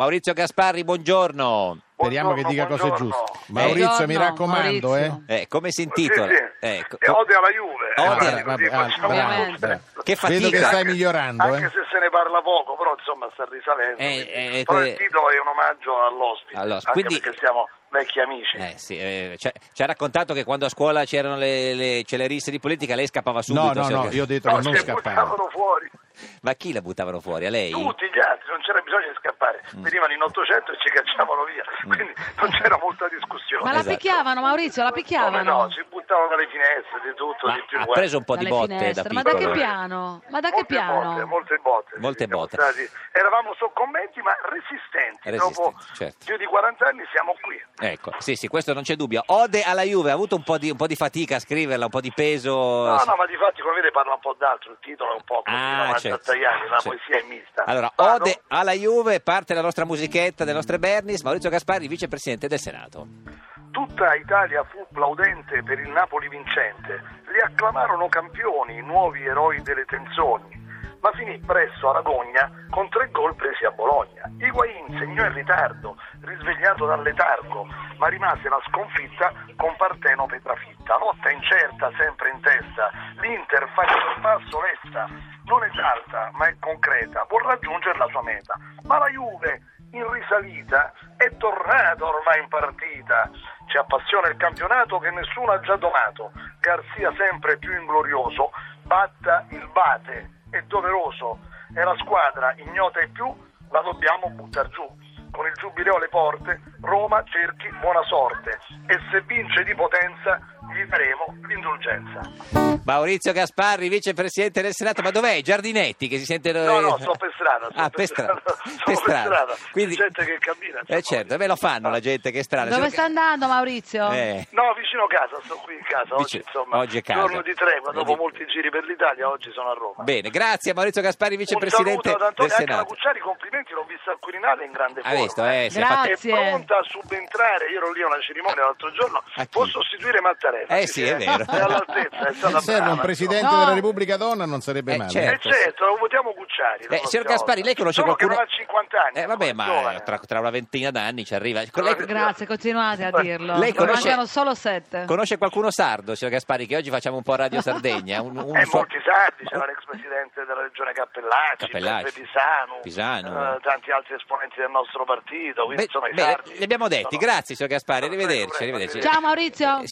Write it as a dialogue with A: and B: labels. A: Maurizio Gasparri, buongiorno.
B: Speriamo che
C: Buongiorno,
B: dica cose
C: buongiorno. Eh,
B: giuste. Maurizio, mi
D: Buongiorno,
B: raccomando,
D: Maurizio.
A: Eh, come si
C: Sì,
A: intitola?
C: sì.
A: Eh, co-
C: E odia la Juve. eh,
B: eh.
A: Odia,
C: guardi,
B: Vabbè,
C: così
B: vabbè, ah,
C: facciamo
B: bravo,
C: una-
D: Ovviamente.
B: bravo.
A: Che fatica.
B: Vedo che stai
C: Anche-
B: migliorando.
C: Anche
B: eh.
C: se se ne parla poco, però insomma sta risalendo.
A: Eh,
C: quindi.
A: eh,
C: Però
A: que-
C: il titolo è un omaggio all'ospite,
A: Allora,
C: anche
A: quindi-
C: perché siamo vecchi amici.
A: eh, sì, eh, ci ha- ci ha raccontato che quando a scuola c'erano le, le celeriste di politica lei scappava subito.
B: No, no,
A: signor
B: no,
A: Gas-
B: io ho detto
C: No,
B: che non
C: se
B: scappare.
C: buttavano fuori
A: Ma chi la buttavano fuori? A lei?
C: tutti gli altri, non c'era bisogno di scappare.
A: Mm.
C: Venivano in 800 e ci cacciavano via, quindi non c'era molta discussione.
D: Ma la
A: Esatto.
D: picchiavano, Maurizio, la
C: Come
D: picchiavano?
C: no, si buttavano dalle finestre, di tutto,
A: Ma
C: di più.
A: ha
C: guarda.
A: preso un po' di
D: Dalle
A: botte da
D: finestre. Ma da
A: piccolo.
D: che piano? Ma da che
C: molte
D: piano?
C: Botte, molte botte.
A: Molte
C: Siamo
A: botte.
C: stati- eravamo soccombenti ma resistenti.
A: Resistenti,
C: Dopo
A: certo.
C: più di 40 anni siamo qui.
A: Ecco, sì, sì, questo non c'è dubbio. Ode alla Juve, ha avuto un po' di, un po' di fatica a scriverla, un po' di peso.
C: No, no, ma di fatti come vede parla un po' d'altro, il titolo è un po' così,
A: Oh, Ah,
C: no,
A: certo,
C: Tagliani, la
A: certo.
C: poesia è mista.
A: Allora,
C: Ma
A: ode
C: no,
A: alla Juve, parte la nostra musichetta, le nostre Bernis, Maurizio Gasparri, vicepresidente del Senato.
C: Tutta Italia fu plaudente per il Napoli vincente, li acclamarono campioni, i nuovi eroi delle tensioni. Ma finì presso Aragogna con tre gol presi a Bologna. Higuain segnò in ritardo, risvegliato dal letargo, ma rimase la sconfitta con Parteno Petrafitta. Lotta incerta, sempre in testa. L'Inter fa il sorpasso lesta, non esalta, ma è concreta, vuol raggiungere la sua meta. Ma la Juve in risalita, è tornato ormai in partita. Ci appassiona il campionato che nessuno ha già domato. Garzia sempre più inglorioso, batta il bate, è doveroso. E la squadra, ignota e più, la dobbiamo buttare giù. Con il giubileo alle porte, Roma cerchi buona sorte. E se vince di potenza, gli daremo l'indulgenza.
A: Maurizio Gasparri, vicepresidente del Senato, ma dov'è? Giardinetti che si sente...
C: No, no, sto per strada, sto
A: ah,
C: per
A: per strada.
C: strada, sto per strada.
A: Quindi...
C: C'è gente che cammina,
A: Eh
C: insomma.
A: certo, beh lo fanno la gente che è strada.
D: Dove
A: Signor-
D: sta andando, Maurizio?
A: Eh.
C: No, vicino casa, sto qui in casa. Oggi,
A: Vicino-
C: insomma,
A: oggi è casa.
C: giorno di tregua, dopo
A: Vedi-
C: molti giri per l'Italia, oggi sono a Roma.
A: Bene, grazie a Maurizio Gasparri,
C: Un
A: vicepresidente
C: saluto ad
A: del
C: Antonio anche alla
A: Senato.
C: Cucciari, complimenti, l'ho vista al Quirinale in grande
A: Ha
C: forma.
A: visto, eh, si è
D: Grazie.
A: fatto-
C: È pronta a subentrare, io ero lì a una cerimonia l'altro giorno,
A: A chi?
C: può sostituire Mattarella.
A: Eh sì, è vero.
C: È all'altezza, è stata
B: Serve
C: brava,
B: un presidente
D: No.
B: della Repubblica donna, non sarebbe
A: Eh,
B: male.
C: insomma.
A: certo.
C: Eh certo, lo votiamo Cucciari. la
A: Eh, signor
C: prossima
A: Gasparri,
C: volta.
A: lei conosce
C: Solo
A: qualcuno...
C: che non ha 50 anni.
A: Eh, vabbè,
C: ancora
A: ma
C: giovane.
A: tra, tra una ventina d'anni ci arriva. Con lei-
D: Grazie, continuate a dirlo.
A: Lei
D: Ne
A: conosce-
D: mancano solo sette.
A: conosce qualcuno sardo, signor Gasparri, che oggi facciamo un po' Radio Sardegna? Un, un
C: Eh,
A: so-
C: molti sardi,
A: Ma-
C: c'era l'ex presidente della regione Cappellacci,
A: Cappellacci,
C: Peppe Pisano,
A: Pisano.
C: eh, tanti altri esponenti del nostro partito, quindi
A: Beh,
C: insomma i
A: bene,
C: sardi
A: li abbiamo detti,
C: sono-
A: grazie signor Gasparri,
C: Prego,
A: arrivederci.
C: prego,
A: arrivederci.
D: Ciao Maurizio.